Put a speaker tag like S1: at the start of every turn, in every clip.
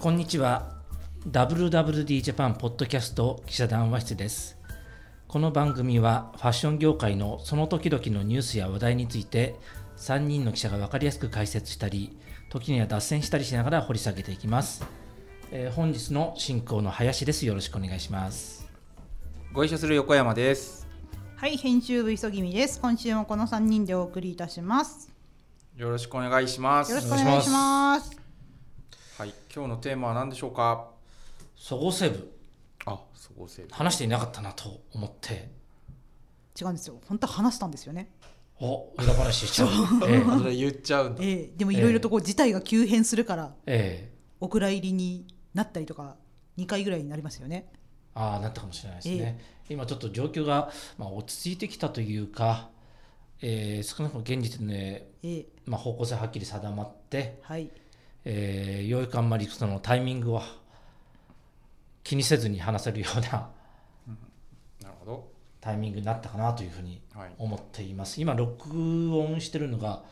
S1: こんにちは WWD ジャパンポッドキャスト記者談話室ですこの番組はファッション業界のその時々のニュースや話題について3人の記者が分かりやすく解説したり時には脱線したりしながら掘り下げていきます、えー本日の進行の林ですよろしくお願いします
S2: ご一緒する横山です。
S3: はい、編集部急ぎみです。今週もこの三人でお送りいたします。
S2: よろしくお願いします。
S3: よろしくお願いします。
S2: はい、今日のテーマは何でしょうか。
S1: そごう・西武
S2: あ、そこセーブ。
S1: 話していなかったなと思って
S3: 違うんですよ。本当は話したんですよね。
S1: お裏話しちゃう、ええ
S2: それ言っちゃうんだ。
S3: ええ、でもいろいろとこう事態が急変するから、
S1: ええ
S3: お蔵入りになったりとか、二回ぐらいになりますよね。
S1: ああなったかもしれないですね、今ちょっと状況が、まあ、落ち着いてきたというか、えー少なくとも現時点で、
S3: ええ、
S1: まあ、方向性はっきり定まって、
S3: はい、
S1: えーようやくあんまりそのタイミングを気にせずに話せるような
S2: なるほど。
S1: タイミングになったかなというふうに
S2: はい。
S1: 思っています今録音してるのが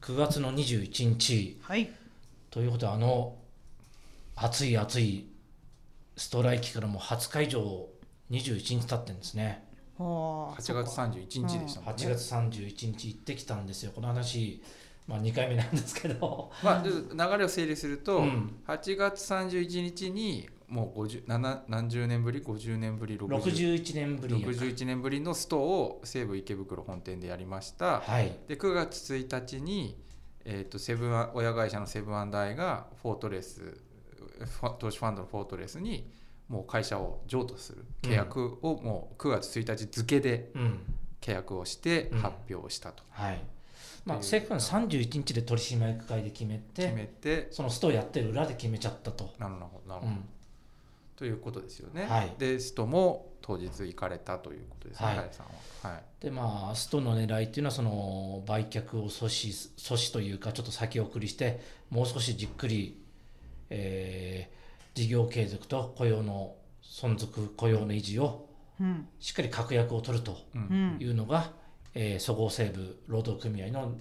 S1: 9月の21日
S3: はい、
S1: ということはあの暑い暑いストライキからもう20日以上21日経ってるんですね。
S3: はあ、
S2: 8月
S3: そっか。
S2: 31日でしたもんね。
S1: 8月31日行ってきたんですよこの話、まあ、2回目なんですけど
S2: まあ、ちょっと流れを整理すると、
S1: うん
S2: 8月31日にもう50な何十年ぶり50年ぶり60
S1: 61年ぶりや
S2: 61年ぶりのストを西武池袋本店でやりました、
S1: はい
S2: で9月1日に、えー、とセブン親会社のセブンアイがフォートレスファ投資ファンドのフォートレスにもう会社を譲渡する契約をもう9月1日付で
S1: うん
S2: 契約をして
S1: うん
S2: 発表したと
S1: はいまあ
S2: という
S1: 政府間31日で取締役会で決めて
S2: 決めて、
S1: そのストやってる裏で決めちゃったと、
S2: なるほどなる
S1: う
S2: ほど、
S1: ん、
S2: ということですよね、
S1: はい
S2: でストも当日行かれたということですね、
S1: はい
S2: 林さんは、はい、
S1: でまあストの狙いっていうのはその売却を阻止阻止というかちょっと先送りしてもう少しじっくり、えー事業継続と雇用の存続雇用の維持を
S3: うん、
S1: しっかり確約を取ると
S2: う
S3: うんん、
S1: いうのが、えーそごう・西武労働組合の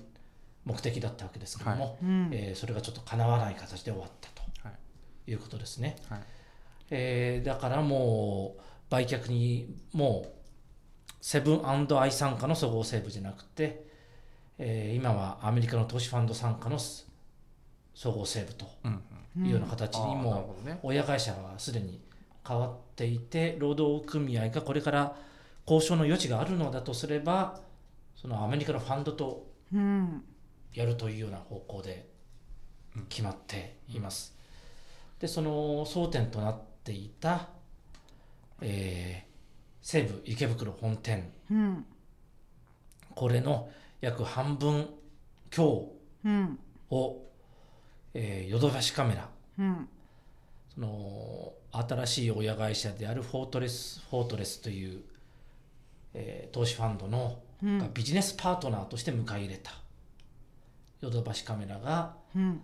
S1: 目的だったわけですけども、
S3: うん、
S1: えーそれがちょっとかなわない形で終わった
S2: は
S1: ということですね、
S2: いはい
S1: えーだからもう売却にもうセブンアイ傘下のそごう・西武じゃなくて、えー今はアメリカの投資ファンド傘下のそそごう・西武と
S2: うんうん
S1: いうような
S3: うん
S1: 形
S2: あ
S1: に
S2: ーなる
S1: も
S2: ほどね
S1: 親会社はすでに変わっていて労働組合がこれから交渉の余地があるのだとすればそのアメリカのファンドと
S3: うん、
S1: やるというような方向で決まっています。でその争点となっていた、えー西武池袋本店
S3: うん、
S1: これの約半分強
S3: うん、
S1: を、えーヨドバシカメラ
S3: うん、
S1: その新しい親会社であるフォートレス・フォートレスという、えー投資ファンドの、
S3: うん
S1: がビジネスパートナーとして迎え入れたヨドバシカメラが、
S3: うん、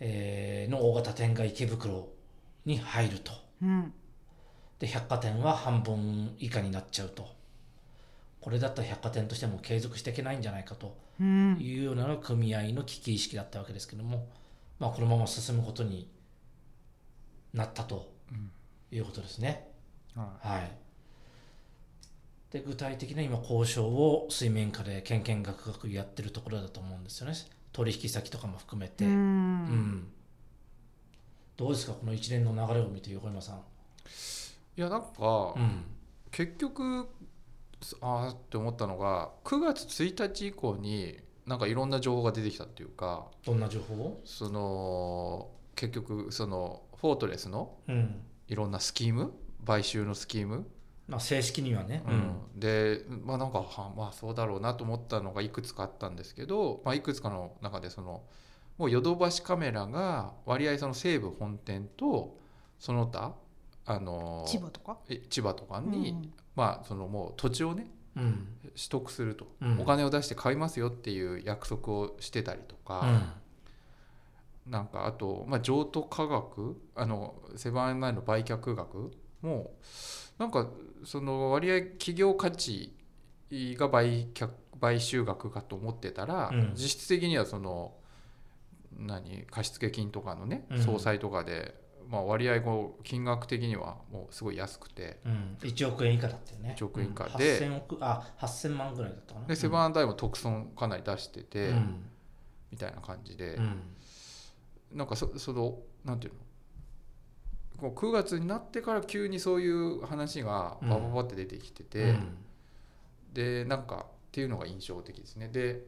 S1: えーの大型店が池袋に入ると
S3: うん、
S1: で百貨店は半分以下になっちゃうとこれだったら百貨店としても継続していけないんじゃないかと
S3: うん、
S1: いうような組合の危機意識だったわけですけども、まあ、このまま進むことになったと
S2: うん
S1: いうことですね。
S2: は
S1: はい、で具体的な今交渉を水面下でけんけんがくがくやってるところだと思うんですよね取引先とかも含めて、
S3: う、
S1: うんんどうですかこの一連の流れを見て横山さん、
S2: い、いやなんか、
S1: うん
S2: 結局すああって思ったのが9月1日以降になんかいろんな情報が出てきたっていうか
S1: どんな情報を、
S2: その結局そのフォートレスの
S1: うん
S2: いろんなスキーム買収のスキーム、
S1: まあ、正式にはね、
S2: うんでまあなんかはまあそうだろうなと思ったのがいくつかあったんですけど、まあ、いくつかの中でそのもうヨドバシカメラが割合その西武本店とその他あの
S3: 千葉とか。
S2: え千葉とか
S3: うん
S2: に、まあそのもう土地をね
S1: うんうん
S2: 取得すると、
S1: うん
S2: お金を出して買いますよっていう約束をしてたりと
S1: う
S2: か、
S1: ん
S2: なんかあと、まあ、譲渡価額あのセブンアイナインの売却額もなんかその割合企業価値が売却買収額かと思ってたら、
S1: うん
S2: 実質的にはその何貸付金とかのね
S1: うん
S2: 総裁とかで、まあ、割合こう金額的にはもうすごい安くて
S1: うん、1億円以下だったよね
S2: 1億円以下
S1: うん
S2: で
S1: 8000億あ8000万ぐらいだったかな
S2: でセブンアンダイも特損かなり出して
S1: う
S2: て、
S1: ん
S2: みたいな感じで
S1: う、ん
S2: なんかそそのなんていうのこう9月になってから急にそういう話がバババって出てきてて、
S1: うん
S2: でなんかっていうのが印象的ですねで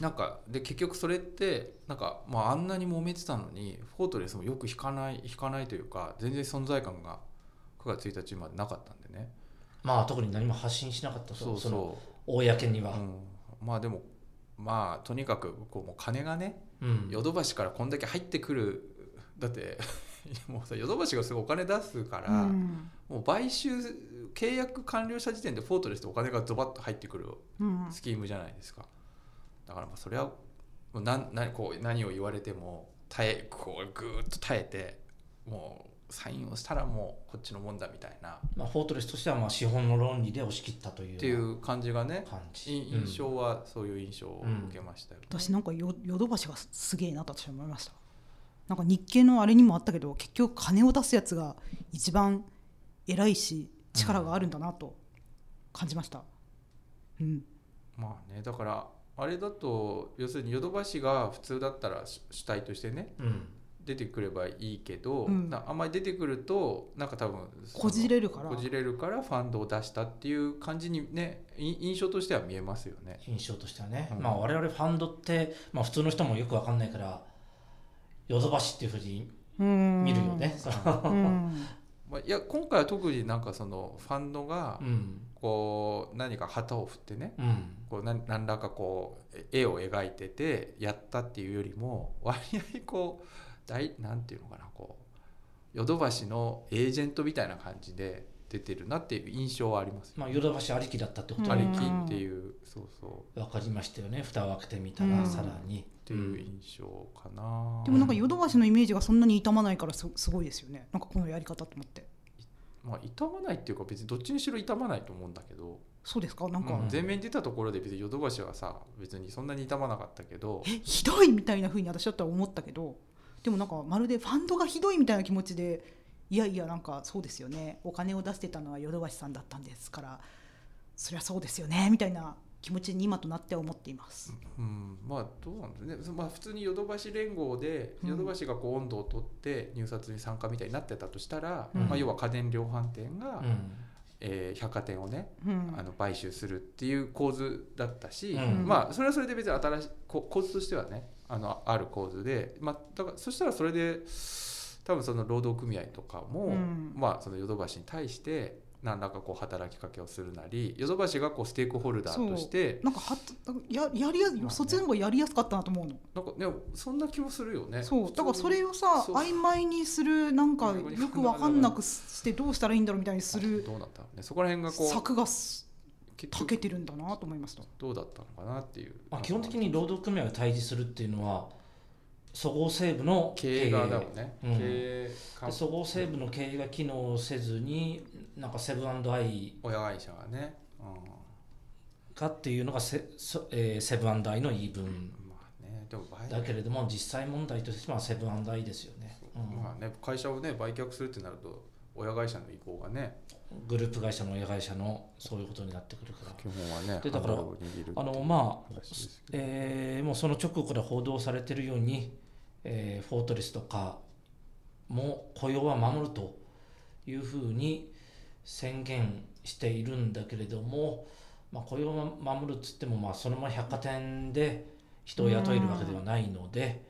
S2: なんかで結局それってなんか、まあ、あんなに揉めてたのにフォートレスもよく引かない引かないというか全然存在感が9月1日までなかったんでね
S1: まあ特に何も発信しなかった
S2: そう
S1: の
S2: そ
S1: 公に
S2: う、う
S1: は、
S2: ん、まあでもまあとにかくこうもう金がね
S1: うん
S2: ヨドバシからこんだけ入ってくるだって もうさヨドバシがすごいお金出すから、
S3: うん
S2: もう買収契約完了した時点でフォートレスとお金がドバッと入ってくる
S3: うん
S2: スキームじゃないですかだからまあそれはもうなんなこう何を言われても耐えこうぐーっと耐えてもうサインをしたらもうこっちのもんだみたいなっ
S1: まあ、フォートレスとしてはまあ資本の論理で押し切ったという
S2: ていう感じがね
S1: 感じ
S2: い印象はそういう印象を受けましたよね、
S3: 私なんかよヨドバシがすすげえなと私は思いましたなんか日経のあれにもあったけど結局金を出すやつが一番偉いし力があるんだなと感じましたうん
S2: まあねだからあれだと要するにヨドバシが普通だったら主主体としてね
S1: うん、うん
S2: 出てくればいいけど、
S3: うん
S2: なあんまり出てくるとなんか多分その
S3: こじれるから
S2: こじれるからファンドを出したっていう感じにねい印象としては見えますよね。
S1: 印象としてはね、
S2: うん
S1: まあ我々ファンドって、まあ、普通の人もよくわかんないからヨドバシっていうふうに
S3: うん
S1: 見るよね、その
S3: うん
S2: まあ、いや今回は特になんかそのファンドが
S1: うん
S2: こう何か旗を振ってね
S1: うん
S2: こう何何らかこうえ絵を描いててやったっていうよりも割合こう大なんていうのかなこうヨドバシのエージェントみたいな感じで出てるなっていう印象はありますよ。
S1: まあ、ヨドバシありきだったってこと
S2: あ
S1: わ
S3: う
S2: り
S3: ん
S2: きっていうそうそう
S1: かりましたよね蓋を開けてみた
S3: う
S1: ら
S3: ん
S1: さらに、
S2: っていう印象かな。
S3: でもなんかヨドバシのイメージがそんなに傷まないからすすごいですよねなんかこのやり方と思って
S2: まあ傷まないっていうか別にどっちにしろ傷まないと思うんだけど、
S3: そうですかなんか、
S1: う
S2: 前面に出たところで別にヨドバシはさ別にそんなに傷まなかったけど
S3: えひどいみたいな風に私だったら思ったけどでもなんかまるでファンドがひどいみたいな気持ちでいやいやなんかそうですよねお金を出してたのはヨドバシさんだったんですからそりゃそうですよねみたいな気持ちに今となっては思っています。
S2: うん、まあどうなんですね、そまあ、普通にヨドバシ連合で
S3: うん
S2: ヨドバシがこう温度を取って入札に参加みたいになってたとしたら、
S1: うん
S2: まあ、要は家電量販店が、
S1: うん
S2: えー百貨店をね、
S3: うん
S2: あの買収するっていう構図だったし、
S1: うん
S2: まあそれはそれで別に新しいこ構図としてはねあのある構図で、まあ、だからそしたらそれで多分その労働組合とかも、
S3: うん
S2: まあそのヨドバシに対して何らかこう働きかけをするなりヨドバシがこうステークホルダーとして
S3: なんかはつなんかややりやす
S2: まあね
S3: そっちの方がやりやすかったなと思うの、
S2: なんかねそんな気もするよね。
S3: そうだからそれをさ
S2: そう
S3: 曖昧にするなんか
S2: そういうこと
S3: よくわかんなくすしてどうしたらいいんだろうみたいにする
S2: どうなったのねそこら辺がこう
S3: 策がす
S2: 結
S3: た
S2: 局
S3: けてるんだなと思いました。
S2: どうだったのかなっていう。
S1: まあ、基本的に労働組合が対峙するっていうのはそごう・西武の
S2: 経営側だもんね。
S1: うん
S2: 経営
S1: でそごう・西武の経営が機能せずになんかセブンアイ
S2: 親会社がね。うん
S1: かっていうのがセ,そ、えーセブンアイの言い分
S2: まあね、でも売
S1: だ
S2: 却
S1: けれども実際問題としてはセブンアイですよね、
S2: まあね、会社をね売却するってなると親会社の意向がね
S1: うん、グループ会社の親会社のそういうことになってくるから
S2: 基本はね
S1: でだから
S2: ハンドルを握る
S1: あのまあ
S2: 話ですけど
S1: えーもうその直後で報道されているように、えーフォートレスとかも雇用は守るというふうに宣言しているんだけれども、まあ、雇用を守るっつっても、まあ、そのまま百貨店で人を雇えるわけではないので、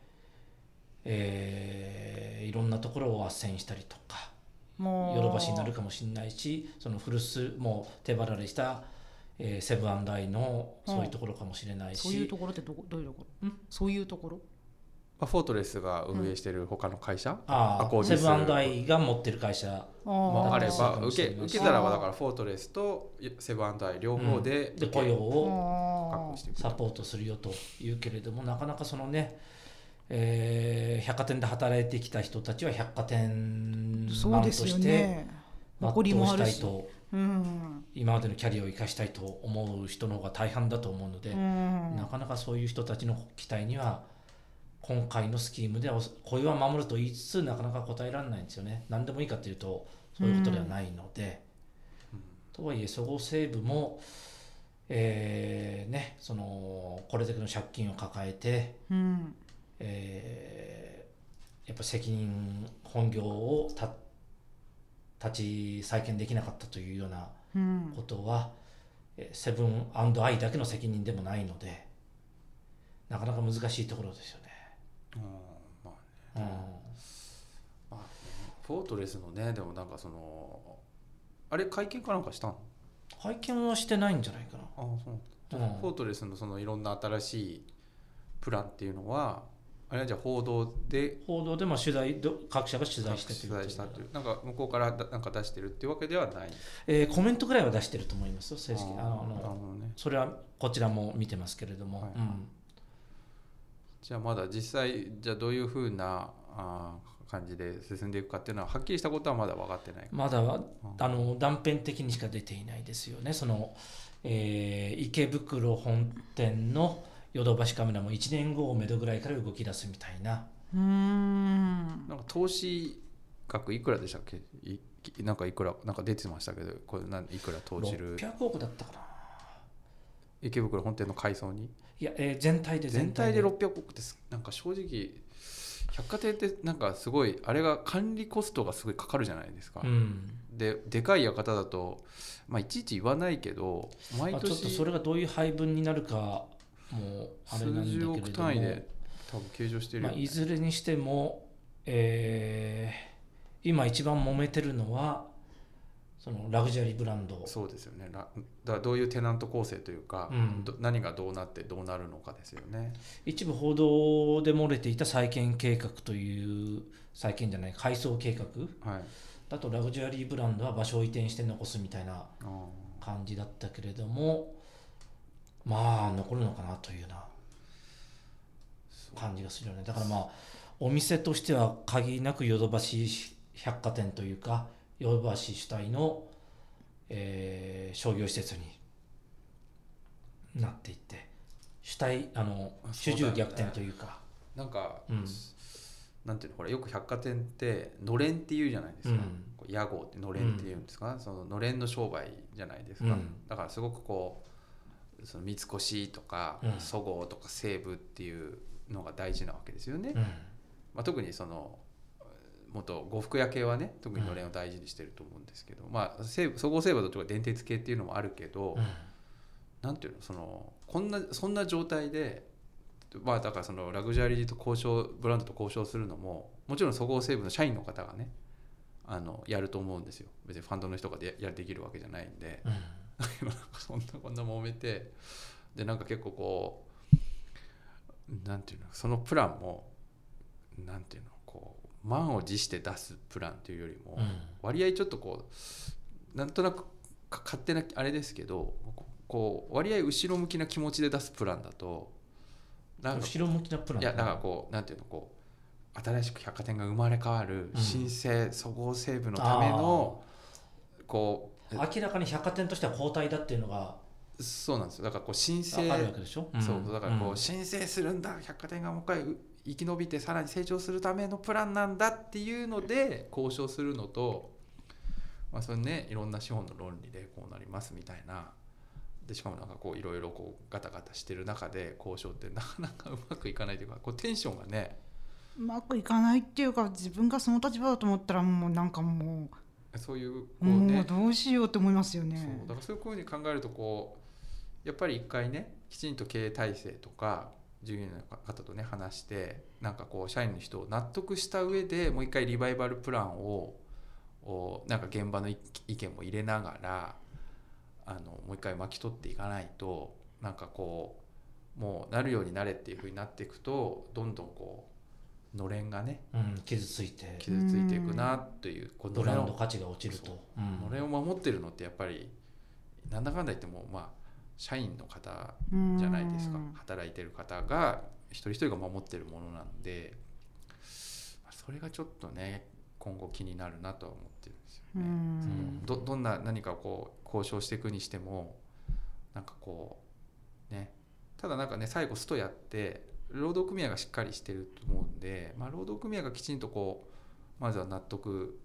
S1: えーいろんなところを斡旋したりとかヨ
S3: ヨ
S1: ドバシになるかもしれないしその古巣もう手離れした、えーセブンアイのそういうところかもしれないし。
S3: そういうところってどこどういうところ
S1: ん
S3: そういうところ
S2: まあフォートレスが運営している他の会社、
S1: あ
S2: アコー
S1: あ
S2: デ
S1: セ
S2: ィス
S1: ブンアイが持ってる会社
S2: も
S1: ー
S2: あれ
S1: そう
S2: ば
S1: かもし
S2: 受
S1: れ
S2: け
S1: ない
S2: 受け皿はだからフォートレスとセブンアイ両方で,、
S1: で雇用を
S2: 確
S3: あ
S2: 保していく
S1: サポートするよというけれどもなかなかそのね、えー百貨店で働いてきた人たちは百貨店
S3: ー
S1: マ
S3: そ
S1: ン
S3: う
S1: と
S3: ですよ
S1: して
S3: ね
S1: 全
S3: 残り
S1: う
S3: もあ
S1: した
S3: る
S1: い
S3: し
S1: と
S3: うん
S1: 今までのキャリアを生かしたいと思う人の方が大半だと思うので、
S3: うん
S1: なかなかそういう人たちの期待には今回のスキームでは雇用は守ると言いつつなかなか答えられないんですよね何でもいいかというとそういうことではないので、とはいえそごう・西武もえーねそのこれだけの借金を抱えて
S3: うん
S1: えーやっぱ責任本業をた立ち再建できなかったというような
S3: うん
S1: ことは、えーセブンアイだけの責任でもないのでなかなか難しいところですよね。
S2: うんま
S1: う
S2: あ
S1: ん
S2: まあね、フォートレスのねでもなんかそのあれ会見かなんかしたの
S1: 拝見はしてないんじゃないかな。
S2: ああそう
S1: うん
S2: フォートレスのそのいろんな新しいプランっていうのはあれはじゃあ報道で
S1: 報道でまあ取材ど各社が取材してという
S2: 取
S1: ことで
S2: 材したというなんか向こうからだなんか出してるっていうわけではない
S1: えーコメントぐらいは出してると思いますよ正式
S2: あー
S1: あのあの
S2: なるほどね
S1: それはこちらも見てますけれども、
S2: はい
S1: うん
S2: じゃあまだ実際じゃあどういうふうなあー感じで進んでいくかっていうのははっきりしたことはまだ分かってない
S1: まだは
S2: うん
S1: あの断片的にしか出ていないですよね、その、えー池袋本店のヨドバシカメラも1年後をめどぐらいから動き出すみたいな、
S3: うん
S2: なんか投資額いくらでしたっけいきなんかいくらなんか出てましたけどこれなんいくら投じる
S1: 600億だったかな、
S2: 池袋本店の改装に
S1: いや、えー全体で
S2: 全体で600億ってすなんか正直百貨店ってなんかすごいあれが管理コストがすごいかかるじゃないですか、
S1: うん、
S2: ででかい館だと、まあ、いちいち言わないけど毎
S1: まあ、ちょっと
S2: 年
S1: それがどういう配分になるかもあれなんだけ
S2: 数
S1: れ
S2: 十
S1: ども
S2: 億単位で多分計上してる
S1: ま
S2: よ
S1: あ、
S2: ね、
S1: いずれにしても、えー今一番揉めてるのはそのラグジュアリーブランド
S2: そうですよねらだからどういうテナント構成というか、
S1: うん
S2: ど何がどうなってどうなるのかですよね。
S1: 一部報道で漏れていた再建計画という再建じゃない改装計画
S2: はい、
S1: だとラグジュアリーブランドは場所を移転して残すみたいな
S2: あー
S1: 感じだったけれどもまあ残るのかなというような感じがするよねだからまあお店としては限りなくヨドバシ百貨店というかヨドバシ主体の、えー商業施設になっていって主体あの
S2: あそ
S1: 主
S2: うだよ
S1: 従
S2: ね
S1: 逆転というか
S2: なんか、
S1: うん
S2: なんていうのほらよく百貨店ってのれんっていうじゃないですか、
S1: うん
S2: こう屋号ってのれんっていうんですか、そののれんの商売じゃないですか、
S1: うん
S2: だからすごくこうその三越とか
S1: うん
S2: そごうとか西武っていうのが大事なわけですよね、
S1: うん
S2: まあ、特にその元呉服屋系はね特にのれんを大事にしてると思うんですけど、まあ西武そごう西武はどっちか電鉄系っていうのもあるけど、
S1: うん
S2: なんていうのそのこんなそんな状態でまあだからそのラグジュアリーと交渉ブランドと交渉するのももちろんそごう・西武の社員の方がねあのやると思うんですよ別にファンドの人がでやできるわけじゃないんで
S1: うん
S2: なんかそんなこんな揉めてでなんか結構こうなんていうのそのプランもなんていうのこう満を持して出すプランというよりも、
S1: うん
S2: 割合ちょっとこうなんとなくか勝手なあれですけどここう割合後ろ向きな気持ちで出すプランだとなんか
S1: 後ろ向きなプラン
S2: いやだからこうなんていうのこう新しく百貨店が生まれ変わる
S1: うん
S2: 新生そごう・西武のための、こ
S1: 明らかに百貨店としては後退だっていうのが
S2: うそうなんですよだからこう新
S1: あ
S2: 生
S1: るわけでしょ、ん
S2: そうだからこう、
S1: ん
S2: 申請するんだ百貨店がもう一回う生き延びてさらに成長するためのプランなんだっていうので交渉するのと、まあ、それねいろんな資本の論理でこうなりますみたいなでしかもなんかこういろいろこうガタガタしてる中で交渉ってなかなかうまくいかないというかこうテンションがね
S3: うまくいかないっていうか自分がその立場だと思ったらもうなんかも
S2: そういうこ
S3: う
S2: う
S3: も
S2: ね
S3: うどうしようと思いますよ
S2: そう
S3: ね
S2: だ。からそういうふうに考えるとこうやっぱり一回ねきちんと経営体制とか従業員の方とね話してなんかこう社員の人を納得した上でもう一回リバイバルプランをおなんか現場の意意見も入れながらあのもう一回巻き取っていかないとなんかこうもうなるようになれっていうふうになっていくとどんどんこうのれんがね
S1: うん、傷ついて
S2: 傷ついていくなというこう
S1: ブ
S2: のれ
S1: ラ
S2: ん
S1: ン
S2: を
S1: ド価値が落ちると。うん
S2: のれんを守ってるのってやっぱりなんだかんだ言ってもまあ社員の方
S3: うん
S2: じゃないですか働いてる方が一人一人が守ってるものなんでまあそれがちょっとね今後気になるなとは思ってるんですよ
S3: う
S2: ね。
S1: うんん
S2: どどんな何かこう交渉していくにしてもなんかこうねただなんかね最後ストやって労働組合がしっかりしてると思うんで、まあ、労働組合がきちんとこうまずは納得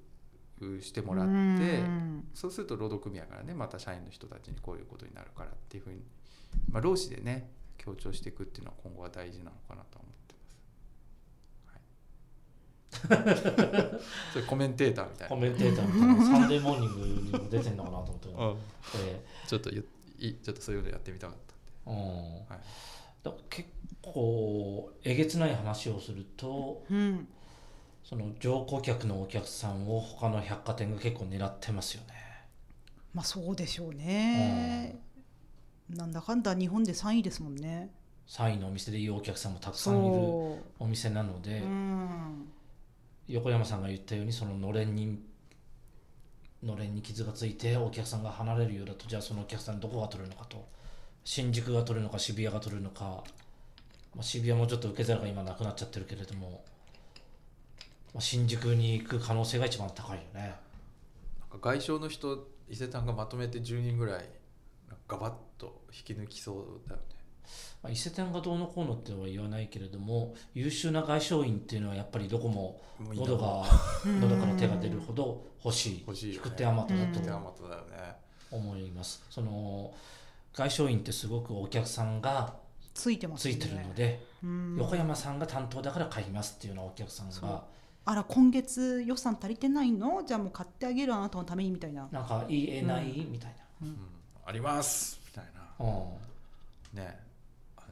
S2: してもらって、
S3: うん
S2: そうすると労働組合からねまた社員の人たちにこういうことになるからっていうふうに、まあ、労使でね強調していくっていうのは今後は大事なのかなとは思って ます。それコメンテーターみたい
S1: コ
S2: な。
S1: メンテーターみたいなサンデーモーニングにも出てんのかなと思って、
S2: うん
S1: え
S2: ちょっとゆいちょっとそういうのやってみたかった。
S1: ー うん
S2: はい
S1: だ結構えげつない話をすると
S3: うん
S1: その乗降客のお客さんを他の百貨店が結構狙ってますよね。
S3: まあそうでしょうね、なんだかんだ日本で3位ですもんね
S1: 3位のお店でいいお客さんもたくさんいる
S3: そ
S1: お店なの
S3: う、
S1: で、
S3: うん、
S1: 横山さんが言ったようにそののれんにのれんに傷がついてお客さんが離れるようだとじゃあそのお客さんどこが取れるのかと新宿が取るのか渋谷が取るのか、まあ、渋谷もちょっと受け皿が今なくなっちゃってるけれども、まあ、新宿に行く可能性が一番高いよね。
S2: 外傷の人伊勢丹がまとめて10人ぐらいなんかガバッと引き抜きそうだよね
S1: まあ伊勢丹がどうのこうのっては言わないけれども優秀な外商員っていうのはやっぱりどこも
S2: もういいな
S1: 喉が喉から手が出るほど欲しい
S2: 欲しいよね
S1: 引く手あまただ
S2: ち
S1: と
S2: ょっと山本だよね
S1: 思いますその外商員ってすごくお客さんが
S3: ついてます
S1: つ
S3: ね
S1: いてるので、
S3: うん
S1: 横山さんが担当だから買いますっていうのはお客さん
S3: そう
S1: が
S3: あら今月予算足りてないのじゃあもう買ってあげるあなたのためにみたいな
S1: なんか言えない、みたい
S2: うんありますみたい
S1: な、うん、
S2: なねあの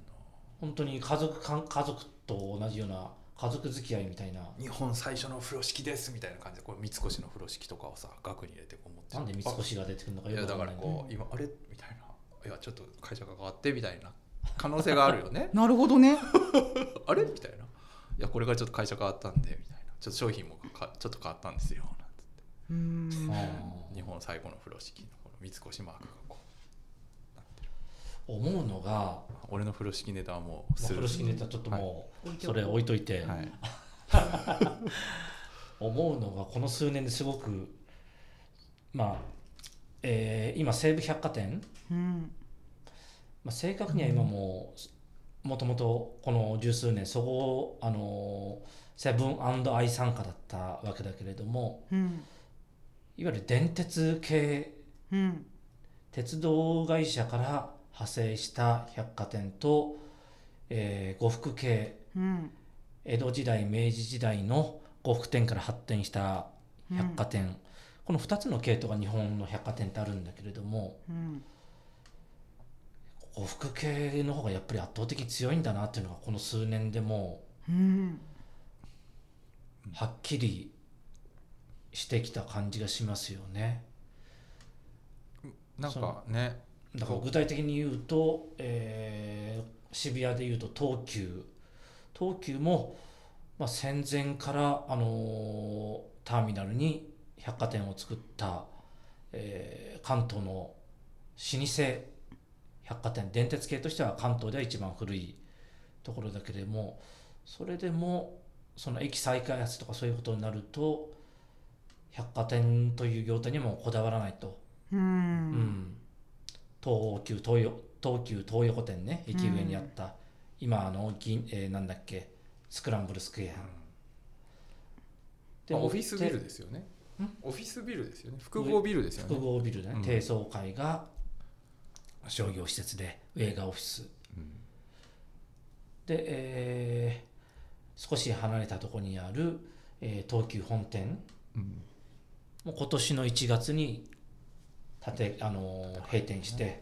S1: 本当に家族かん家族と同じような家族付き合いみたいな
S2: 日本最初の風呂敷ですみたいな感じでこれ三越の風呂敷とかをさ額に入れてこう持って
S1: なんで三越が出てくるのか
S2: あい
S1: よ
S2: や
S1: く
S2: だ
S1: わか
S2: からら
S1: ない、
S2: こう今あれみたいないやちょっと会社が変わってみたいな可能性がある よね
S3: なるほどね
S2: あれみたいないやこれからちょっと会社変わったんでみたいなちょっと商品もかちょっと変わったんですよなんて
S3: うん
S1: うん
S2: 日本最後の風呂敷のこの三越マークがこ
S1: 思うのが
S2: う俺の風呂敷ネタはもう
S1: まあ
S2: す
S1: 風
S2: る
S1: 呂敷ネタちょっともう、
S3: はい
S1: それ置いといて、
S2: はい、
S1: 思うのがこの数年ですごくまあ、えー今西武百貨店、
S3: うん
S1: まあ、正確には今もうもともとこの十数年そこをあのーセブンアイ傘下だったわけだけれども
S3: うん
S1: いわゆる電鉄系
S3: うん
S1: 鉄道会社から派生した百貨店と、えー呉服系
S3: うん
S1: 江戸時代明治時代の呉服店から発展した百貨店、この2つの系統が日本の百貨店ってあるんだけれども
S3: うん
S1: 呉服系の方がやっぱり圧倒的に強いんだなっていうのがこの数年でも
S3: うん
S1: うはっきりしてきた感じがしますよね。
S2: なんかね
S1: だから具体的に言うと、えー渋谷で言うと東急東急も、まあ、戦前から、あのーターミナルに百貨店を作った、えー関東の老舗百貨店電鉄系としては関東では一番古いところだけれどもそれでもその駅再開発とかそういうことになると百貨店という業態にもこだわらないと。
S3: うんう
S1: うんん、東急東横東急東横店ね駅上にあった、今あの銀、えーなんだっけスクランブルスクエア、
S2: まあオフィスビル
S1: で
S2: ですよねオフィスビルですよね複合ビルですよ
S1: 複
S2: ね、
S1: 合ビルね、
S2: うん
S1: 低層階が商業施設で上がオフィス
S2: うん
S1: で、えー少し離れたところにある、えー東急本店
S2: うん
S1: も今年の1月に建て、あのー閉店して、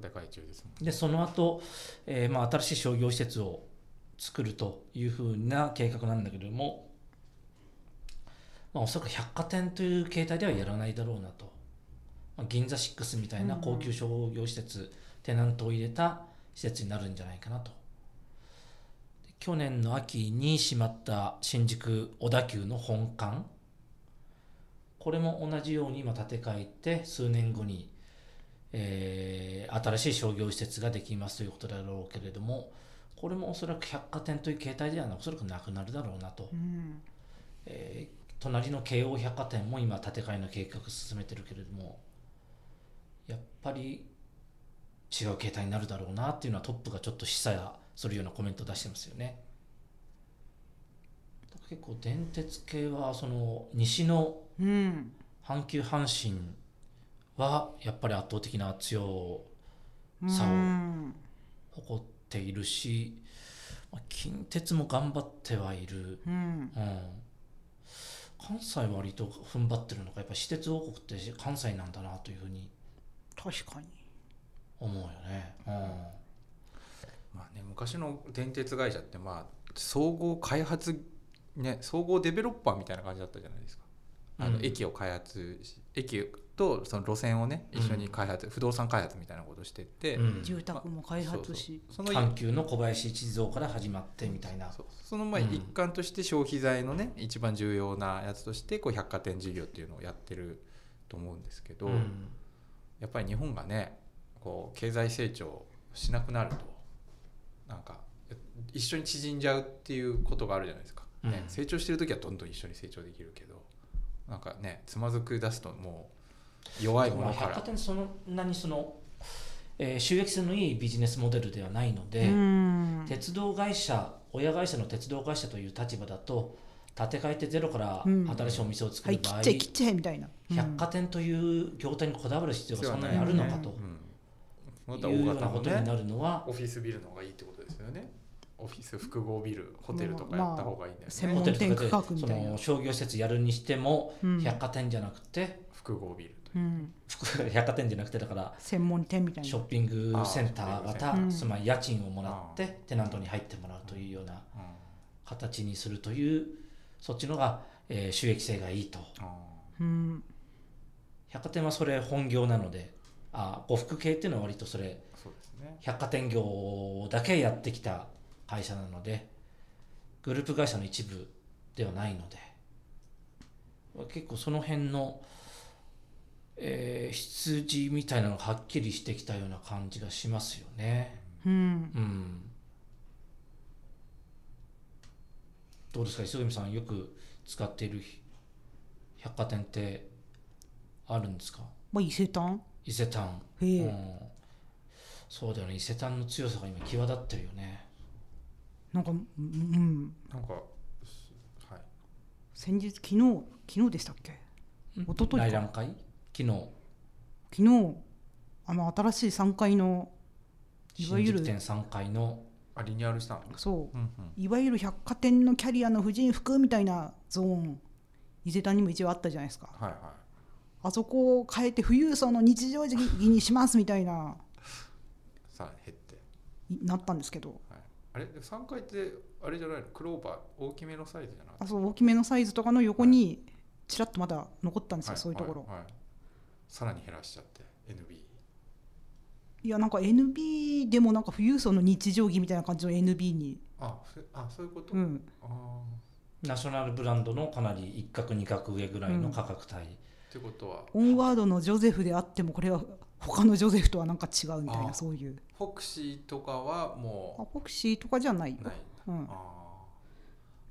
S2: 建て替え中ですもん
S1: でその後、えーまあ新しい商業施設を作るというふうな計画なんだけども、まあ、おそらく百貨店という形態ではやらないだろうなと、まあ、銀座6みたいな高級商業施設、テナントを入れた施設になるんじゃないかなとで去年の秋に閉まった新宿小田急の本館これも同じように今建て替えて数年後にえー新しい商業施設ができますということだろうけれどもこれもおそらく百貨店という形態ではおそらくなくなるだろうなと、
S3: うん
S1: えー隣の京王百貨店も今建て替えの計画進めてるけれどもやっぱり違う形態になるだろうなっていうのはトップがちょっと示唆するようなコメントを出してますよね。だから結構電鉄系はその西の
S3: うん、
S1: 阪急阪神はやっぱり圧倒的な強さを
S3: うん
S1: 誇っているしまあ近鉄も頑張ってはいる、
S3: うん
S1: うん、関西は割と踏ん張ってるのがやっぱ私鉄王国って関西なんだなというふうに
S3: 確かに
S1: 思うよね。うん
S2: まあね、昔の電鉄会社ってまあ総合開発、ね、総合デベロッパーみたいな感じだったじゃないですか。あの
S1: うん
S2: 駅を開発し駅とその路線をね一緒に開発、不動産開発みたいなことしてって、
S1: うん
S3: 住宅も開発し、
S2: そうそうその
S1: 阪急の小林一三から始まってみたいな。
S2: そうその前
S1: うん
S2: 一環として消費財のね、一番重要なやつとしてこう百貨店事業っていうのをやってると思うんですけど、
S1: うん
S2: やっぱり日本がねこう経済成長しなくなるとなんか一緒に縮んじゃうっていうことがあるじゃないですか、ね
S1: うん
S2: 成長してる時はどんどん一緒に成長できるけどなんかねつまずく出すともう弱いも
S1: まあ
S2: のか
S1: 百貨
S2: ら
S1: 店そんなにその、えー収益性のいいビジネスモデルではないので、
S3: うん
S1: 鉄道会社親会社の鉄道会社という立場だと建て替えてゼロから
S3: うん
S1: 新しいお店を作
S3: は
S1: る
S3: い切
S1: 場合、
S3: っちゃえ切っちゃえみたいな、うん
S1: 百貨店という業態にこだわる必要がそんなにあるのかと
S2: うんまた
S1: いうような
S2: 大型
S1: こ
S2: も
S1: とに
S2: ね
S1: なるのは
S2: オフィスビルの方がいいってことですよねオフィス複合ビルホテルとかやった方がいいんだよね、
S3: まあまあ
S1: ホテルと
S3: 専
S1: か
S3: 門
S1: で
S3: 店区画み
S1: そ
S3: たいな
S1: の商業施設やるにしても
S3: うん
S1: 百貨店じゃなくて
S2: 複合ビルという
S3: うん
S1: 服 百貨店じゃなくてだから
S3: 専門店みたい
S1: ショッ
S3: な
S1: ピングセンタ
S2: あ
S1: ー
S2: ー
S1: 型
S3: うん
S1: つまり家賃をもらってテナントに入ってもらうというような
S2: うん
S1: 形にするというそっちのが、えー収益性がいいと。
S2: あ
S3: うん
S1: 百貨店はそれ本業なのであ呉服系っていうのは割とそれ
S2: ーそうですね
S1: 百貨店業だけやってきた会社なのでグループ会社の一部ではないので結構その辺の、えー羊みたいなのがはっきりしてきたような感じがしますよね
S3: うん
S1: うんどうですか磯上さんよく使っている百貨店ってあるんですか
S3: まあ伊勢丹
S1: 伊勢丹、
S3: へえ
S1: うんそうだよね伊勢丹の強さが今際立ってるよね
S3: なんかうんうん
S2: なんかすはい
S3: 先日昨日昨日でしたっけ一昨
S1: 内
S3: 日か
S1: 覧会昨日
S3: 昨日あの新しい3階のいわ
S1: 新
S3: ゆ
S1: 宿
S3: る
S1: 店3階の
S2: あリニューアルしたの
S3: そう
S2: うんうん
S3: いわゆる百貨店のキャリアの婦人服みたいなゾーン伊勢丹にも一応あったじゃないですか
S2: はいはい
S3: あそこを変えて富裕層の日常着にしますみたいな
S2: さあ減って
S3: いなったんですけど
S2: あれ3階ってあれじゃないのクローバー大きめのサイズじゃなかっ
S3: あそう大きめのサイズとかの横にちらっとまだ残ったんです
S2: た
S3: よ、
S2: は
S3: そういうところ、
S2: はいはいさらに減らしちゃって NB
S3: い、やなんか NB でもなんか富裕層の日常着みたいな感じの NB に、
S2: あふあそういうこと、
S3: うん、
S2: ああ
S1: ナショナルブランドのかなり一角二角上ぐらいの価格帯、
S2: ってことは
S3: オンワードのジョゼフであってもこれは他のジョゼフとはなんか違うみたい
S2: あ
S3: なそういう
S2: フォクシーとかは
S3: あ
S2: も
S3: フォクシーとかじゃないう
S2: ないんだ
S3: うん、
S2: あ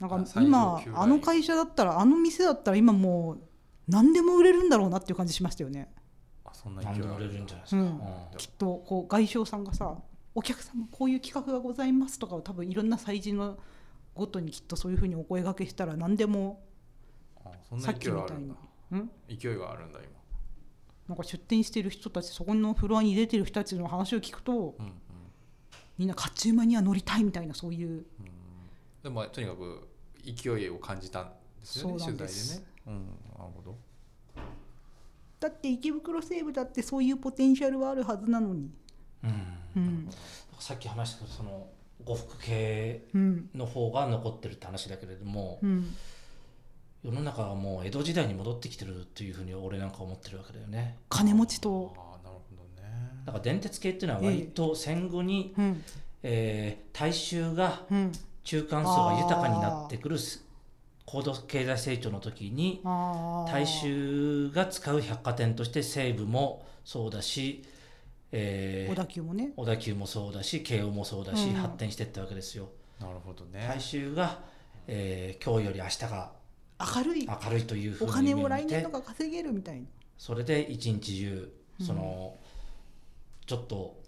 S3: なんか
S2: 最上級ラ
S3: 今
S2: イン
S3: あの会社だったらあの店だったら今もう何でも売れるんだろうなっていう感じしましたよね
S2: ーあそんな
S1: 何
S2: 勢い
S1: でも
S2: あ
S1: 売れ
S2: る
S1: るん
S2: ん
S1: じゃない
S2: だ
S1: ですか、
S3: う
S1: うんん
S3: きっとこう外商さんがさお客様こういう企画がございますとかを多分いろんな催事のごとにきっとそういうふうにお声がけしたら何でも
S2: あそん
S3: さ
S2: な
S3: っ
S2: 勢
S3: き
S2: い
S3: み
S2: あ
S3: た
S2: る
S3: い
S2: ん
S3: に
S2: だ
S3: うん
S2: 勢いがあるんだ今
S3: なんか出店してる人たちそこのフロアに出てる人たちの話を聞くと
S2: うんうん
S3: みんな甲冑馬には乗りたいみたいなそういう
S2: うんでもまあとにかく勢いを感じたんですよね
S3: そうな
S2: 取
S3: んで
S2: 材
S3: す
S2: でねうんなるほど
S3: だって池袋西部だってそういうポテンシャルはあるはずなのに
S1: うん
S3: うん
S1: さっき話したけどその呉服系
S3: うん
S1: の方が残ってるって話だけれども、
S3: うん
S1: 世の中はもう江戸時代に戻ってきてるというふうに俺なんか思ってるわけだよね
S3: 金持ちと
S2: ああなるほ
S1: だ
S2: どね
S1: から電鉄系っていうのは割と戦後に、
S3: うん
S1: えー大衆が
S3: うん
S1: 中間層が豊かになってくる高度経済成長の時に
S3: あー
S1: 大衆が使う百貨店として西武もそうだし、えー
S3: 小田急もね
S1: 小田急もそうだし慶応もそうだし、
S3: うん
S1: 発展していったわけですよ。
S2: なるほどね
S1: 大衆が、えー今日より明日が
S3: 明るい
S1: 明るいというふう
S3: お
S1: に
S3: 金
S1: 見
S3: を
S1: て
S3: 来年のが稼げるみたいな
S1: それで一日中
S3: うん
S1: その、ちょっと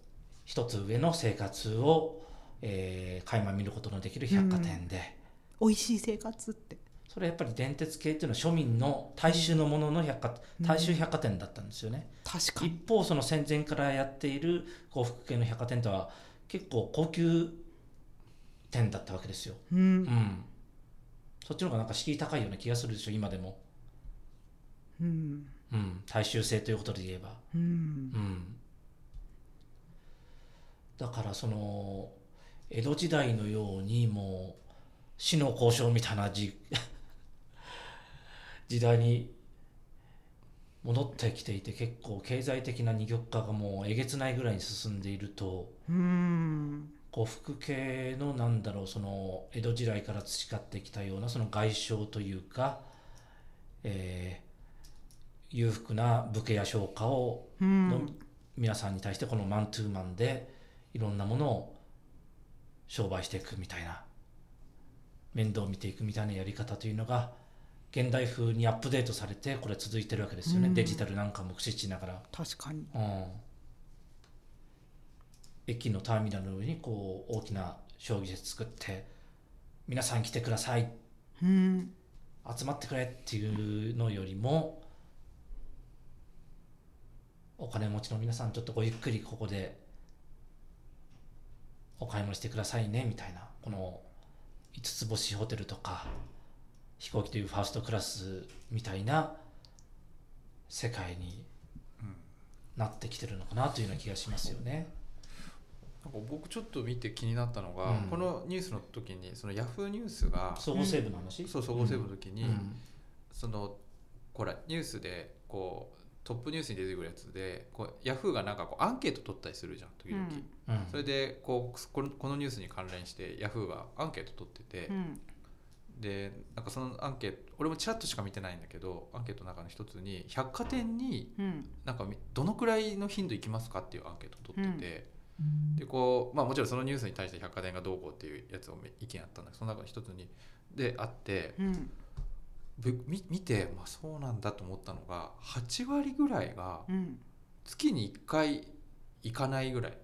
S1: 一つ上の生活を、えー、垣間見ることのできる百貨店で、
S3: 美味しい生活って
S1: それはやっぱり電鉄系っていうのは庶民の大衆のものの百貨
S3: うん
S1: 大衆百貨店だったんですよね、
S3: 確かに
S1: 一方その戦前からやっている幸福系の百貨店とは結構高級店だったわけですよ、
S3: う
S1: うんん、そっちの方がなんか敷居高いような気がするでしょ今でも、
S3: うん
S1: うん、大衆性ということで言えば
S3: うん
S1: うん、だからその江戸時代のようにもう死の交渉みたいな時 時代に戻ってきていて結構経済的な二極化がもうえげつないぐらいに進んでいると
S3: うん
S1: 呉服系のなんだろうその江戸時代から培ってきたようなその外商というか、えー裕福な武家や商家を
S3: うん
S1: の皆さんに対してこのマンツーマンでいろんなものを商売していくみたいな面倒を見ていくみたいなやり方というのが現代風にアップデートされてこれ続いてるわけですよね、
S3: うん
S1: デジタルなんかも駆使しながら、
S3: 確かに
S1: うん、駅のターミナルの上にこう大きな将棋室作って皆さん来てください
S3: うん
S1: 集まってくれっていうのよりもお金持ちの皆さんちょっとごゆっくりここでお買い物してくださいねみたいなこの5つ星ホテルとか飛行機というファーストクラスみたいな世界に
S2: うん
S1: なってきてるのかなというような気がしますよね。
S2: なんか僕ちょっと見て気になったのが、
S1: うん
S2: このニュースの時にそのヤフーニュースが
S1: 総合セーブの話、
S2: そう総合セーブの時に、
S1: うん
S2: そのこれニュースでこうトップニュースに出てくるやつでこうヤフーがなんかこうアンケート取ったりするじゃん時々、
S1: うん
S2: それでこうこのこのニュースに関連してヤフーがアンケート取ってて、
S3: うん
S2: でなんかそのアンケート俺もチラッとしか見てないんだけどアンケートの中の一つに百貨店に
S3: うん
S2: なんかみどのくらいの頻度行きますかっていうアンケートを取ってて、でこうまあ、もちろんそのニュースに対して百貨店がどうこうっていうやつをめ意見あったんだけどその中の一つにであって
S3: うん
S2: ぶみ見て、まあ、そうなんだと思ったのが8割ぐらいが
S3: うん
S2: 月に1回行かないぐらいの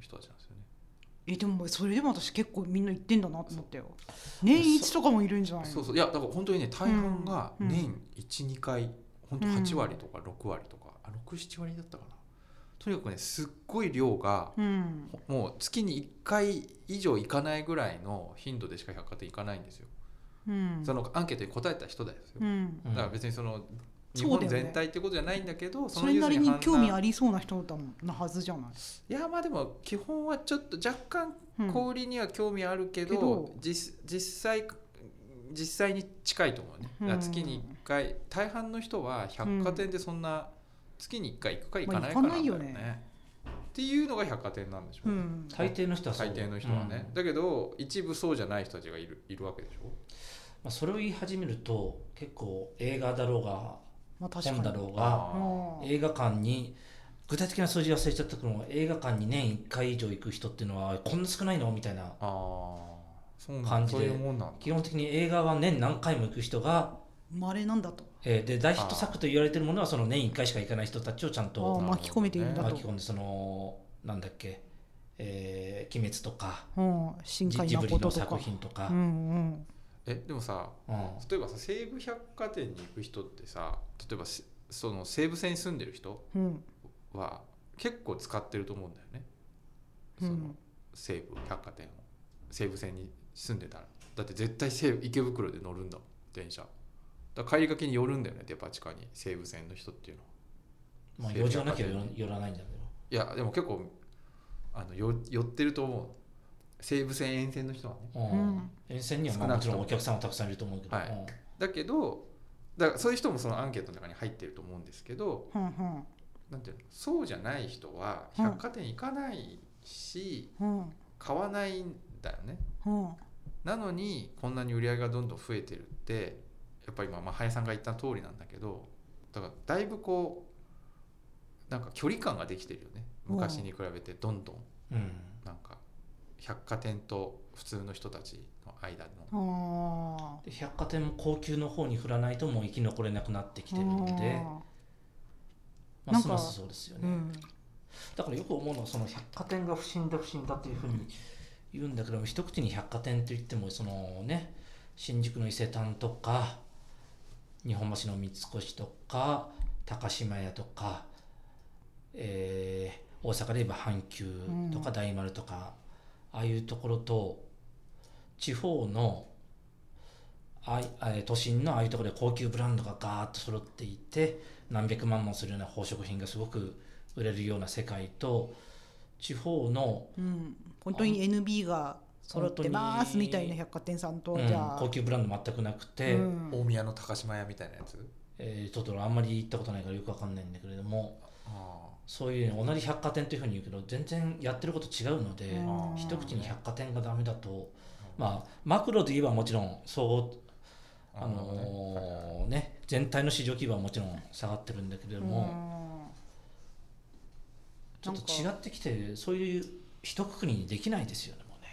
S2: 人たちなんですよね。
S3: えでもそれでも私結構みんな言ってんだなと思ったよ年一とかもいるんじゃないの
S2: そうそういやだから本当にね大半が
S3: うん
S2: 年12、回本当
S3: うん
S2: 8割とか6割とか、あ67割だったかなとにかくねすっごい量が、
S3: うん
S2: ほもう月に1回以上行かないぐらいの頻度でしか百貨店行かないんですよ、
S3: うん
S2: そのアンケートに答えた人だよ、
S3: うん
S1: うん
S2: だから別にその日
S3: そうだよね
S2: 本全体ってことじゃないんだけど
S3: それなりに興味あ
S2: る
S3: りそうな人だもんなはずじゃな
S2: い
S3: い
S2: やまあでも基本はちょっと若干
S3: うん
S2: 小売りには興味あるけど,、
S3: けど
S2: 実実際実際に近いと思うね、だから月に1回大半の人は百貨店でそんな月に1回行くか行かないかなんだよね,、
S3: まあ行かないよ
S2: っていうのが百貨店なんでしょ
S3: う
S2: う、
S3: ん
S1: 大抵の人はそう
S2: 最低の人はね、
S1: うん
S2: だけど一部そうじゃない人たちがいるいるわけでしょ
S1: まあ、それを言い始めると結構映画だろうが
S3: まあ確かに
S1: 本だろうが
S2: あ
S3: あー
S1: 映画館に具体的な数字忘れちゃったけども映画館に年1回以上行く人っていうのはこんな少ないのみたいな
S2: あーそうなん
S1: 感
S2: だ
S1: じで
S2: そういうもんなんだ
S1: 基本的に映画は年何回も行く人が、
S3: 稀なんだと
S1: えーで大ヒット作と言われてるものはその年1回しか行かない人たちをちゃん
S3: あー
S1: と
S2: なるほどね
S3: 巻き込めているんだと、
S1: 巻き込んでそのなんだっけ「えー鬼滅」とか
S3: うん、深
S1: ジ
S3: 海
S1: ジ
S3: な
S1: ブ
S3: こ
S1: リ
S3: と
S1: の
S3: と
S1: 作
S3: か
S1: 品とか
S3: う、んうん
S2: えでもさ
S1: うん
S2: 例えばさ西武百貨店に行く人ってさ例えばしその西武線に住んでる人
S3: うん
S2: は結構使ってると思うんだよね、そ
S3: う
S2: の
S3: ん
S2: 西武百貨店を西武線に住んでたらだって絶対西武池袋で乗るんだもん電車だから帰りがけに寄るんだよねデパ地下に西武線の人っていうのは
S1: まあ、用事がなきゃ寄ら寄らないんだけど
S2: いやでも結構あのよ寄ってると思う西武線沿線の人はね
S1: うん
S3: うん
S1: 沿線にはまあも
S2: 少なく
S1: ち
S2: とも
S1: ろんお客さんはたくさんいると思うけど、
S2: はい
S1: うん
S2: だけどだからそういう人もそのアンケートの中に入ってると思うんですけど
S3: うん
S2: なんていうのそうじゃない人は
S3: うん
S2: 百貨店行かないし、
S3: うん
S2: 買わないんだよね
S3: うんうん
S2: なのにこんなに売り上げがどんどん増えてるってやっぱり今まあ林さんが言った通りなんだけどだからだいぶこうなんか距離感ができてるよね
S3: うん
S2: 昔に比べてどんどん
S1: うん
S2: なんか百貨店と普通の人たちの間の
S3: あ
S1: で百貨店も高級の方に振らないともう生き残れなくなってき
S3: ー
S1: てるので、
S3: あ
S1: まあ、
S3: なん
S1: ます
S3: か
S1: ますそうですよ
S3: ー
S1: ね、
S3: うん
S1: だからよく思うのはその百貨店が不振だ不振だっていうふうに言うんだけども一口に百貨店といってもそのね新宿の伊勢丹とか日本橋の三越とか高島屋とか、えー大阪で言えば阪急とか
S3: うん
S1: 大丸とか、ああいうところと地方のあいあえー都心のああいうところで高級ブランドがガーッと揃っていて何百万もするような宝飾品がすごく売れるような世界と地方の
S3: うん、本当に NB が揃ってますみたいな百貨店さんと、じゃ
S1: うん
S3: あ、
S1: 高級ブランド全くなくて、
S3: うん
S2: 大宮の高島屋みたいなやつ
S1: えートトロあんまり行ったことないからよくわかんないんだけれども
S2: あ
S1: そういうね同じ百貨店というふうに言うけど全然やってること違うので、
S3: うん
S1: 一口に百貨店がダメだと、
S2: ー
S1: まあマクロで言えばもちろん総合
S2: あ
S1: あのーね全体の市場規模はもちろん下がってるんだけれども、
S3: も
S1: ちょっと違ってきてそういう一括りにできないですよねもうね。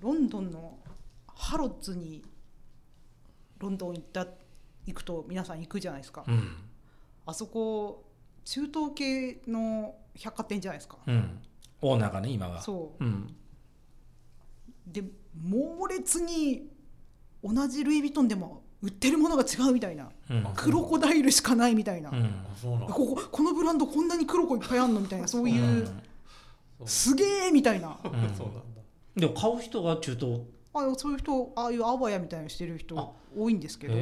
S3: ロンドンのハロッズにロンドン行った行くと皆さん行くじゃないですか、
S1: うん
S3: あそこ中東系の百貨店じゃないですか、
S1: うん、オーナーがね今は、
S3: そう
S1: ん、
S3: で猛烈に同じルイ・ヴィトンでも売ってるものが違うみたいな
S1: うん
S2: あ
S3: クロコダイルしかないみたいな、
S1: うん
S2: あそうなんだ
S3: こここのブランドこんなにクロコいっぱいあんのみたいなそういう、
S2: そ
S3: すげえみたいな
S2: う
S1: うん
S2: そうなんだ
S1: うんでも買う人が中東
S3: あそういう人ああいうあわやみたいなのしてる
S1: あ
S3: 人多いんですけど。
S1: へ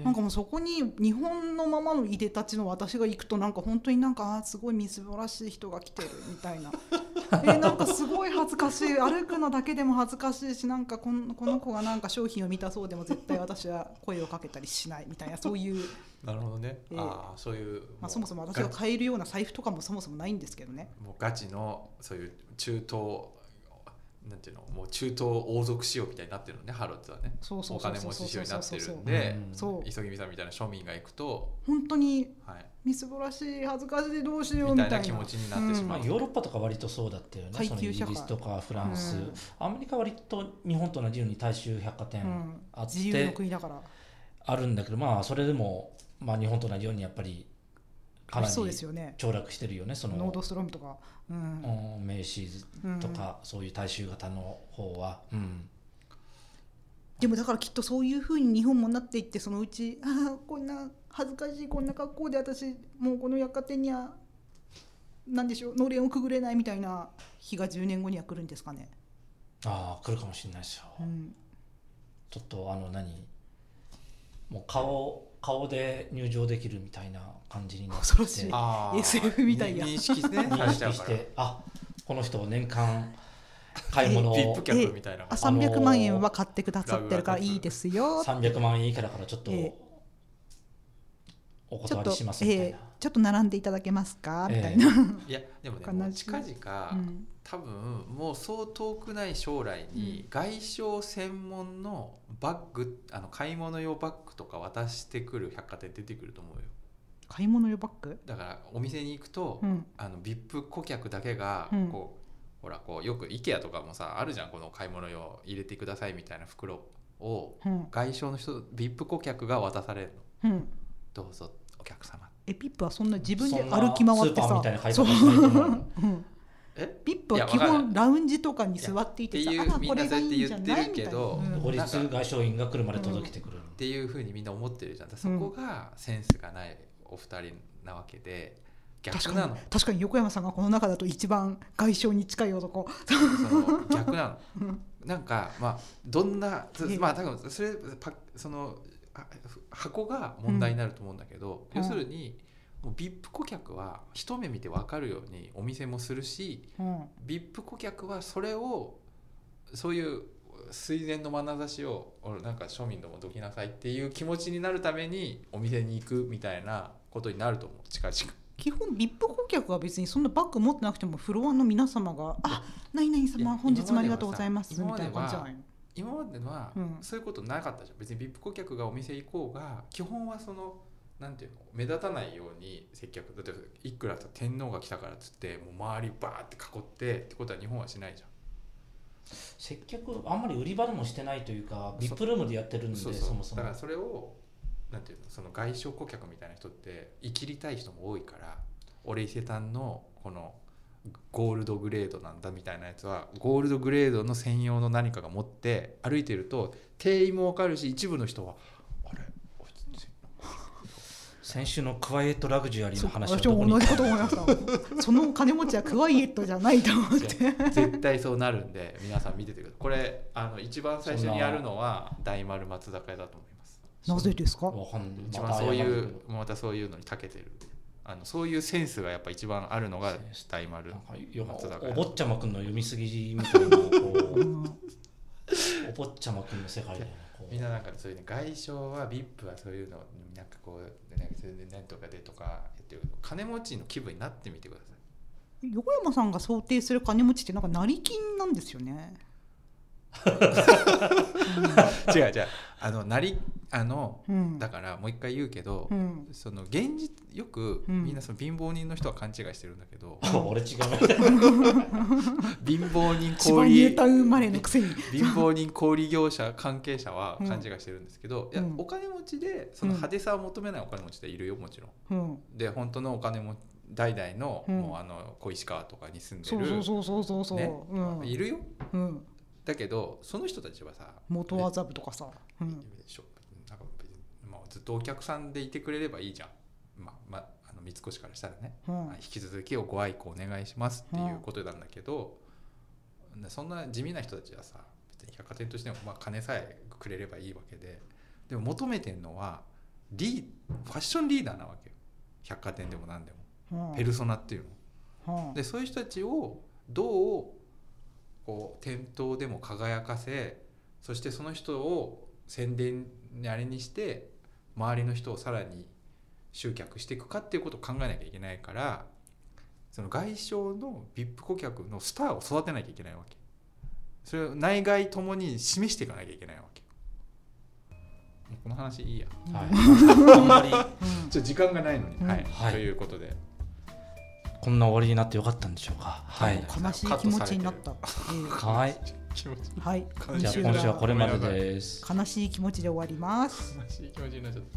S1: ー
S3: なんかもうそこに日本のままのいでたちの私が行くとなんか本当になんかあーすごいみすぼらしい人が来てるみたいなえーなんかすごい恥ずかしい歩くのだけでも恥ずかしいしなんかこのこの子がなんか商品を見たそうでも絶対私は声をかけたりしないみたいなそういう、
S2: なるほどね
S3: ええ
S2: ああそういう
S3: まあ、そもそも私
S2: ガ
S3: が
S2: チ
S3: 買えるような財布とかもそもそもないんですけどね
S2: もうガチのそういう中東なんていうのもう中東王族仕様みたいになってるのねハロッズはね
S3: そうそ
S2: お
S3: うそう
S2: 金
S3: そ
S2: 持
S3: う
S2: ち仕
S3: そ
S2: 様
S3: う
S2: にな
S3: そう
S2: って
S3: そ
S2: る
S3: うそうん
S2: で
S1: うん
S3: そう
S2: 磯君さんみたいな庶民が行くと
S3: 本当に
S2: はい
S3: みすぼらしい恥ずかしいどうしよう
S2: み
S3: み
S2: た
S3: たい
S2: い
S3: な
S2: な気持ちになってし
S1: ま
S2: ま
S1: あ、
S2: う
S1: ヨーロッパとか割とそうだったよね
S3: 階
S1: そのイ
S3: 級
S1: ギ
S3: 社会
S1: リスとかフランス、
S3: うん
S1: アメリカは割と日本と同じように大衆百貨
S3: う
S1: 店
S3: ん
S1: あって
S3: 自由の国だから
S1: あるんだけど、まあそれでも、まあ、日本と同じようにやっぱりか
S3: 楽
S1: な
S3: し
S1: り
S3: そうです
S1: 凋
S3: よね
S1: 落してるよねその
S3: ノードストロームとか、うん
S1: うんメイシーズ
S3: うん
S1: とか、そういう大衆型の方は、うん
S3: でもだからきっとそういうふうに日本もなっていってそのうちああこんな恥ずかしいこんな格好で私もうこの百貨店にはなんでしょうのれんをくぐれないみたいな日が10年後には来るんですかね。
S1: ああ来るかもしれないですよ、
S3: うん、
S1: ちょっとあの何もう顔顔で入場できるみたいな感じになって
S3: 恐ろしい
S2: あー
S3: SF みたいな
S2: 認識ね
S1: 認
S2: されちゃ
S1: 識
S2: う
S1: し
S2: から
S1: てあこの人年間買い物
S2: ビップ
S1: を
S2: キャップみたいな
S3: あ
S1: さ
S3: 300万円は買ってくださってるからいいですよ。
S1: 300万円以下だからちょっと
S3: ええ
S1: お
S3: ちょ
S1: 断
S3: っ
S1: り
S3: と
S1: しま、すみたい
S3: えー
S1: な、
S3: ちょっと並んでいただけますかみたい
S1: え
S3: な。
S2: いやでもね
S3: 悲
S2: もう
S3: しい
S2: 近々、
S3: うん
S2: 多分もうそう遠くない将来に外商専門のバッグあの買い物用バッグとか渡してくる百貨店出てくると思うよ
S3: 買い物用バッグ、
S2: だからお店に行くと、
S3: うん
S2: あの VIP 顧客だけが
S3: うん
S2: こう、ほらこうよく IKEA とかもさあるじゃんこの買い物用入れてくださいみたいな袋を
S3: うん
S2: 外商の人 VIP 顧客が渡されるの
S3: うん、
S2: どうぞお客様
S3: えピップはそんな自分で
S1: そんな
S3: 歩き回っ
S1: スー
S3: て
S1: パー
S3: さ
S1: みたいな買い
S3: そう
S1: 物しないと思うよ
S3: うん
S2: え
S3: ビップ
S2: いや
S3: は基
S2: わか
S3: 本ラウンジとかに座ってい
S2: ってて
S3: さ
S2: いう
S3: あらこれがいいんじゃないみたいな、
S2: み
S1: 法
S2: んな絶対言ってるけど
S1: 律外商員が来るまで届けてくる、
S2: っていうふうにみんな思ってるじゃんだから
S3: う
S2: そ
S3: ん
S2: こがセンスがないお二人なわけで逆
S3: 確
S2: な
S3: か
S2: の
S3: に確かに横山さんがこの中だと一番外傷に近い男
S2: その逆なの
S3: ん
S2: なんかまあどんなつ
S3: ええ
S2: まあ多分それパそのあふ箱が問題になると思うんだけど、
S3: うん
S2: 要するにもう VIP 顧客は一目見て分かるようにお店もするし
S3: うん、
S2: VIP 顧客はそれをそういう垂涎の眼差しを俺なんか庶民どもどきなさいっていう気持ちになるためにお店に行くみたいなことになると思う近々。
S3: 基本ビップ顧客は別にそんなバッグ持ってなくてもフロアの皆様が「あ何々
S2: い
S3: 様
S2: や
S3: 本日もありがとうございます」
S2: 今
S3: み
S2: まで
S3: たい
S2: は
S3: な感じじゃないの
S2: 今までは
S3: うん
S2: そういうことなかったじゃん、別に VIP 顧客がお店行こうが基本はそのなんていうの目立たないように接客だっていくらさ天皇が来たからっつってもう周りバーって囲ってってことは日本はしないじゃん
S1: 接客あんまり売り場でもしてないというかビップルームでやってるんでそもそも
S2: だからそれをなんていうのその外商顧客みたいな人って生きりたい人も多いから俺伊勢丹のこのゴールドグレードなんだみたいなやつはゴールドグレードの専用の何かが持って歩いてると店員もわかるし一部の人はあれあいつ
S1: 先週のクワイエットラグジュアリー
S3: そ
S1: の
S3: う
S1: 話は
S3: 私
S1: どこ
S3: も
S1: に
S3: 同じこと思いま したそのお金持ちはクワイエットじゃないと思って
S2: 絶対そうなるんで皆さん見ててくださいこれあの一番最初にやるのは大丸松坂屋だと思います
S3: なぜですか
S1: わかんない
S2: 一
S1: ま
S2: 番
S1: た謝
S2: そうい
S1: る
S2: うまたそういうのに長けてるあのそういうセンスがやっぱ一番あるのが大
S1: け
S2: 丸
S1: どなんかよ
S2: 松坂
S1: おお
S2: 屋
S1: 坊ちゃまくんの読みすぎみたいなこ
S3: う
S1: うんお坊ちゃまくんの世界だよねこう
S2: みんななんかそういうね外商は VIP はそういうのなんかこうなんか全然なんとかでとかやってるけど金持ちの気分になってみてください
S3: 横山さんが想定する金持ちってなんか成金なんですよ ね
S2: 違う違うあのなりあの
S3: うん
S2: だからもう一回言うけど、
S3: うん
S2: その現実よく
S3: うん
S2: みんなその貧乏人の人は勘違いしてるんだけど
S1: 俺 違う
S2: 貧乏人小
S3: 千葉
S2: 売
S3: ニ
S2: り
S3: ュータウン生まれのくせに
S2: 貧乏人小売業者関係者は勘違いしてるんですけど、
S3: ん
S2: いや
S3: うん
S2: お金持ちでその派手さを求めないお金持ちっているよもちろん。
S3: うん
S2: で本当のお金も代々の,、
S3: うん
S2: もうあの小石川とかに住んで
S3: そう
S2: る
S3: そうそうそうそうそう、
S2: ね
S3: うん
S2: いるよ
S3: うん
S2: だけどその人たちはさ
S3: 元技部とかさ、うん
S2: ショップなんか別にまあずっとお客さんでいてくれればいいじゃん、まあまあ、あの三越からしたらね、
S3: うん
S2: 引き続きご愛顧お願いしますっていうことなんだけど、ねそんな地味な人たちはさ別に百貨店としてもまあ金さえくれればいいわけででも求めてるのはリーファッションリーダーなわけよ百貨店でも何でも、
S3: うん
S2: ペルソナっていうの。
S3: うん
S2: でそういう人たちをどうこう店頭でも輝かせそしてその人を宣伝にあれにして周りの人をさらに集客していくかっていうことを考えなきゃいけないからその外商の VIP 顧客のスターを育てなきゃいけないわけそれを内外ともに示していかなきゃいけないわけこの話いいや
S1: はい、あんまり
S3: うん
S2: ちょっと時間がないのに、
S3: うん
S2: はい、
S1: はい
S2: ということで
S1: こんな終わりになってよかったんでしょうかはい
S3: 悲しい気持ちになった、え
S1: はい
S2: 気持ち
S3: えはい
S2: 悲
S1: じゃあ
S2: しい
S1: 今週はこれまでです
S3: 悲しい気持ちで終わります
S2: 悲しい気持ちになっちゃった